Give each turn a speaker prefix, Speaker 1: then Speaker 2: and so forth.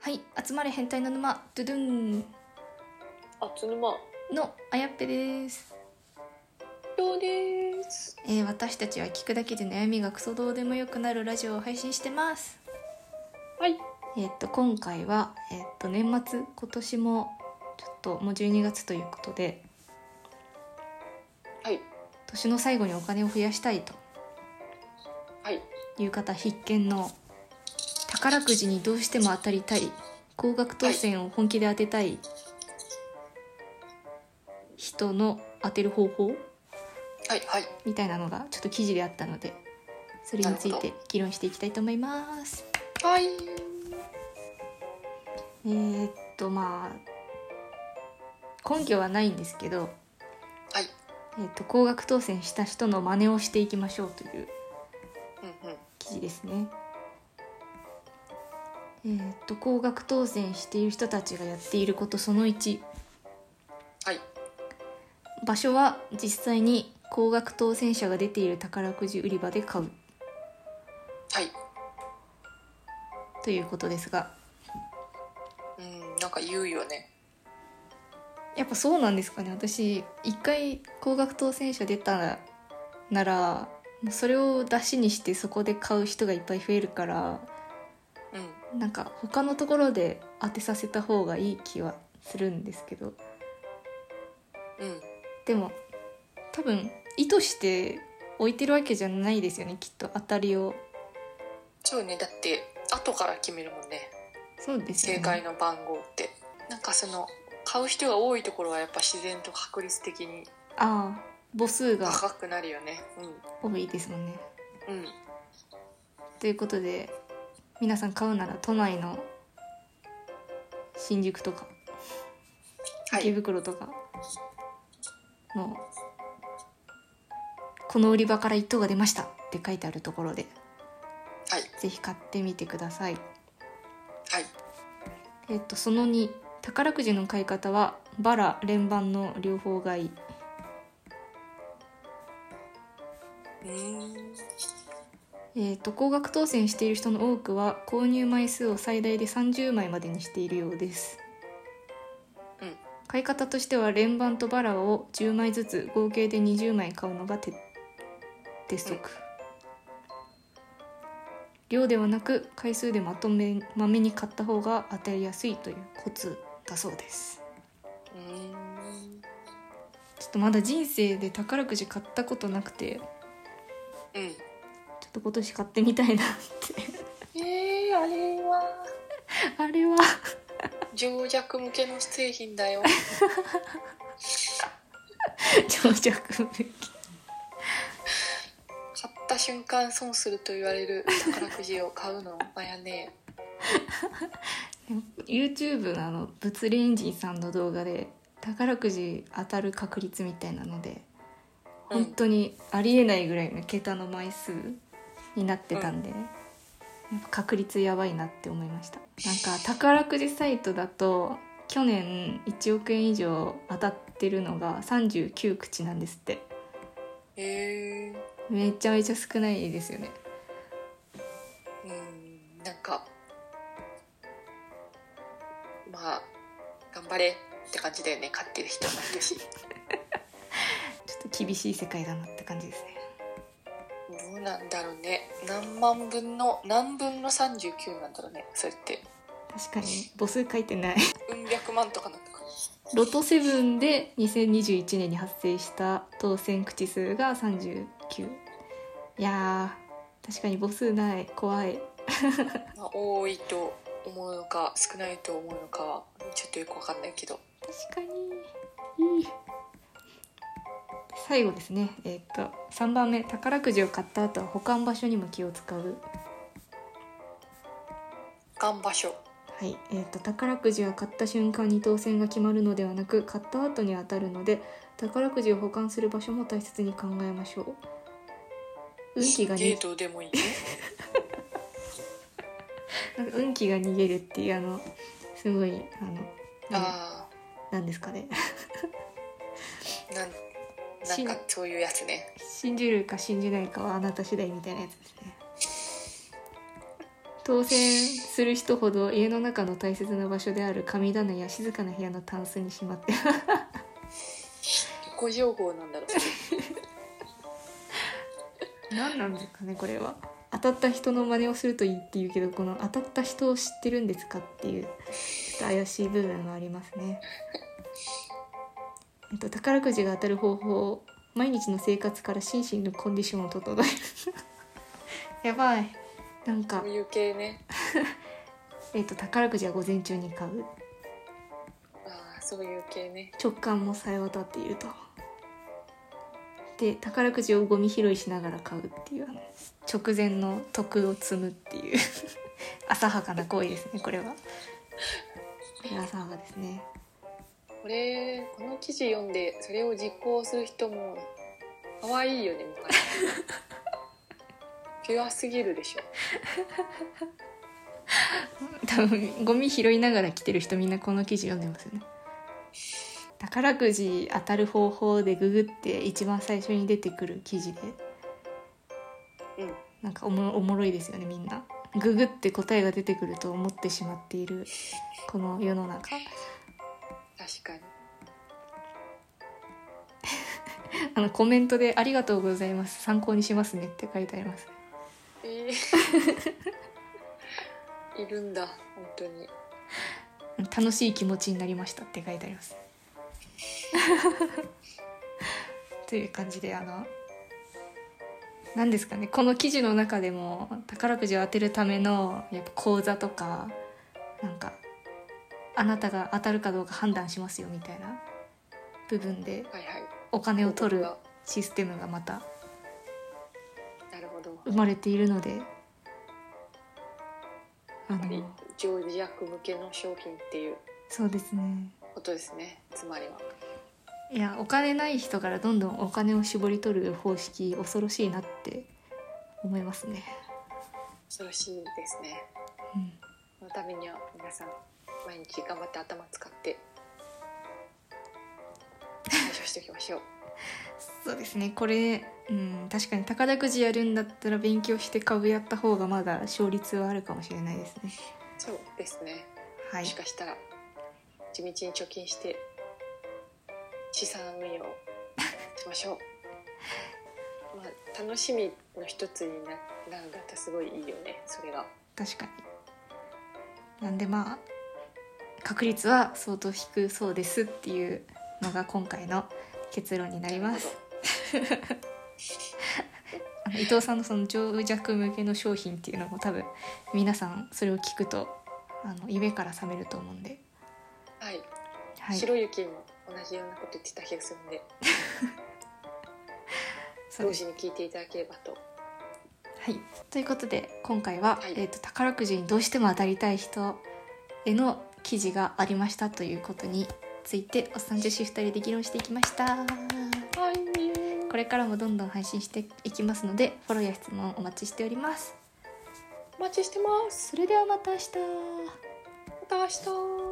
Speaker 1: はい、集まれ変態の沼ドゥドゥン
Speaker 2: あつぬま
Speaker 1: のあやっぺです、
Speaker 2: どうです
Speaker 1: えー私たちは聞くだけで悩みがクソどうでもよくなるラジオを配信してます
Speaker 2: はい
Speaker 1: えーっと今回はえーっと年末今年もちょっともう12月ということで
Speaker 2: はい
Speaker 1: 年の最後にお金を増やしたいと
Speaker 2: はい
Speaker 1: いう方必見の宝くじにどうしても当たりたい高額当選を本気で当てたい人の当てる方法
Speaker 2: はいはい
Speaker 1: みたいなのがちょっと記事であったのでそれについて議論していきたいと思います。
Speaker 2: はい
Speaker 1: えーっとまあ根拠はないんですけど、
Speaker 2: はい
Speaker 1: えーっと高額当選した人の真似をしていきましょうという
Speaker 2: うんうん
Speaker 1: 記事ですね。えーっと高額当選している人たちがやっていることその1
Speaker 2: はい
Speaker 1: 場所は実際に高額当選者が出ている宝くじ売り場で買う
Speaker 2: はい
Speaker 1: ということですが
Speaker 2: うんなんか言うよね
Speaker 1: やっぱそうなんですかね私一回高額当選者出たならもうそれを出しにしてそこで買う人がいっぱい増えるから
Speaker 2: うん
Speaker 1: なんか他のところで当てさせた方がいい気はするんですけど
Speaker 2: うん
Speaker 1: でも多分意図して置いてるわけじゃないですよねきっと当たりを
Speaker 2: そうねだって後から決めるもんね
Speaker 1: そうですよ
Speaker 2: 正
Speaker 1: ね
Speaker 2: 解の番号って、なんかその買う人が多いところはやっぱ自然と確率的に
Speaker 1: ああ母数が
Speaker 2: 高くなるよね
Speaker 1: 多いですもんね
Speaker 2: うんうん
Speaker 1: ということで皆さん買うなら都内の新宿とか
Speaker 2: は
Speaker 1: 池
Speaker 2: い
Speaker 1: 袋とかの「この売り場から一等が出ました」って書いてあるところで
Speaker 2: はい
Speaker 1: ぜひ買ってみてください。
Speaker 2: はい
Speaker 1: えっと、その2宝くじの買い方はバラ連番の両方買い、
Speaker 2: うーん
Speaker 1: えっと、高額当選している人の多くは購入枚数を最大で30枚までにしているようです、
Speaker 2: うん
Speaker 1: 買い方としては連番とバラを10枚ずつ合計で20枚買うのが鉄鉄則、量ではなく回数でまとめまめに買った方が当たりやすいというコツだそうです
Speaker 2: うーん
Speaker 1: ちょっとまだ人生で宝くじ買ったことなくて
Speaker 2: うん
Speaker 1: ちょっと今年買ってみたいなって
Speaker 2: えー、あれは
Speaker 1: あれ は
Speaker 2: 情弱向けの製品だよ。
Speaker 1: 長尺向き
Speaker 2: 買った瞬間損すると言われる宝くじを買うのまや ね
Speaker 1: YouTube のあの物理エンジンさんの動画で宝くじ当たる確率みたいなので
Speaker 2: うん
Speaker 1: 本当にありえないぐらいの桁の枚数になってたんで、やっぱ確率やばいなって思いましたなんか宝くじサイトだと去年1億円以上当たってるのが39口なんですって
Speaker 2: えー、
Speaker 1: めちゃめちゃ少ないですよね
Speaker 2: うんなんかまあ頑張れって感じだよね買ってる人もいるし。
Speaker 1: ちょっと厳しい世界だなって感じですね
Speaker 2: どうなんだろうね何万分の何分の39なんだろうねそれって
Speaker 1: 確かに母数書いてない
Speaker 2: うん百万とかなんだか
Speaker 1: ロトセブンで2021年に発生した当選口数が39いやー確かに母数ない怖い
Speaker 2: まあ、多いと思うのか少ないと思うのかはちょっとよくわかんないけど
Speaker 1: 確かにいい最後ですねえーっと3番目宝くじを買った後は保管場所にも気を使う
Speaker 2: 頑場所
Speaker 1: はい、えー、と宝くじは買った瞬間に当選が決まるのではなく買った後に当たるので宝くじを保管する場所も大切に考えましょう運気が
Speaker 2: ゲ
Speaker 1: に
Speaker 2: ートでもいいね
Speaker 1: なんか運気が逃げるっていうあのすごいあのなん
Speaker 2: あ
Speaker 1: なんですかね
Speaker 2: あなん
Speaker 1: し
Speaker 2: なんかそういうやつね
Speaker 1: 信じるか信じないかはあなた次第みたいなやつですね当選する人ほど家の中の大切な場所である神棚や静かな部屋のタンスにしまって
Speaker 2: エコ情報なん だろう
Speaker 1: 何なんですかねこれは当たった人の真似をするといいっていうけどこの当たった人を知ってるんですかっていうちょっと怪しい部分がありますね。えっと、宝くじが当たる方法毎日の生活から心身のコンディションを整える やばいなんか
Speaker 2: こう、いう系ね
Speaker 1: えっと、宝くじは午前中に買う
Speaker 2: ああそういう系ね
Speaker 1: 直感もさえ渡っているとで宝くじをゴミ拾いしながら買うっていうあの直前の徳を積むっていう 浅はかな行為ですねこれはこれは浅はかですね
Speaker 2: これこの記事読んでそれを実行する人も可愛いよねも はやピュアすぎるでしょ
Speaker 1: 多分ゴミ拾いながら来てる人みんなこの記事読んでますよね宝くじ当たる方法でググって一番最初に出てくる記事で
Speaker 2: うん
Speaker 1: なんかおもおもろいですよねみんなググって答えが出てくると思ってしまっているこの世の中
Speaker 2: 確かに
Speaker 1: あのコメントで「ありがとうございます参考にしますね」って書いてあります
Speaker 2: えーいるんだ本当に
Speaker 1: 楽しい気持ちになりましたって書いてあります という感じであの何ですかねこの記事の中でも宝くじを当てるためのやっぱ講座とかなんかあなたが当たるかどうか判断しますよみたいな部分で
Speaker 2: はいはい
Speaker 1: お金を取る
Speaker 2: な
Speaker 1: システムがまた
Speaker 2: るほど
Speaker 1: 生まれているのであ
Speaker 2: やっぱり
Speaker 1: の
Speaker 2: 常時役向けの商品っていう
Speaker 1: そうですね
Speaker 2: ことですねつまりはい
Speaker 1: やお金ない人からどんどんお金を絞り取る方式恐ろしいなって思いますね、
Speaker 2: 恐ろしいですね
Speaker 1: うん、
Speaker 2: そのためには皆さん毎日頑張って頭使って対処しておき ましょう
Speaker 1: そうですねこれ、うん、確かに宝くじやるんだったら勉強して株やった方がまだ勝率はあるかもしれないですね
Speaker 2: そうですね
Speaker 1: はい
Speaker 2: もしかしたら地道に貯金して資産運用をしましょ うまあ楽しみの一つにななるんだったらすごいいいよねそれが
Speaker 1: 確かになんでまあ確率は相当低そうですっていうのが今回の結論になりますあの伊藤さんのその情弱向けの商品っていうのも多分皆さんそれを聞くとあの夢から覚めると思うんで、
Speaker 2: はい、
Speaker 1: はい、
Speaker 2: ひろゆきも同じようなこと言ってた気がするんで
Speaker 1: そう
Speaker 2: 同
Speaker 1: です
Speaker 2: 時に聞いていただければと
Speaker 1: はい、ということで今回は、
Speaker 2: はい
Speaker 1: えー、と宝くじにどうしても当たりたい人への記事がありましたということについておっさん女子2人で議論していきました。
Speaker 2: はい
Speaker 1: これからもどんどん配信していきますのでフォローや質問お待ちしております
Speaker 2: お待ちしてます
Speaker 1: それではまた明日
Speaker 2: また明日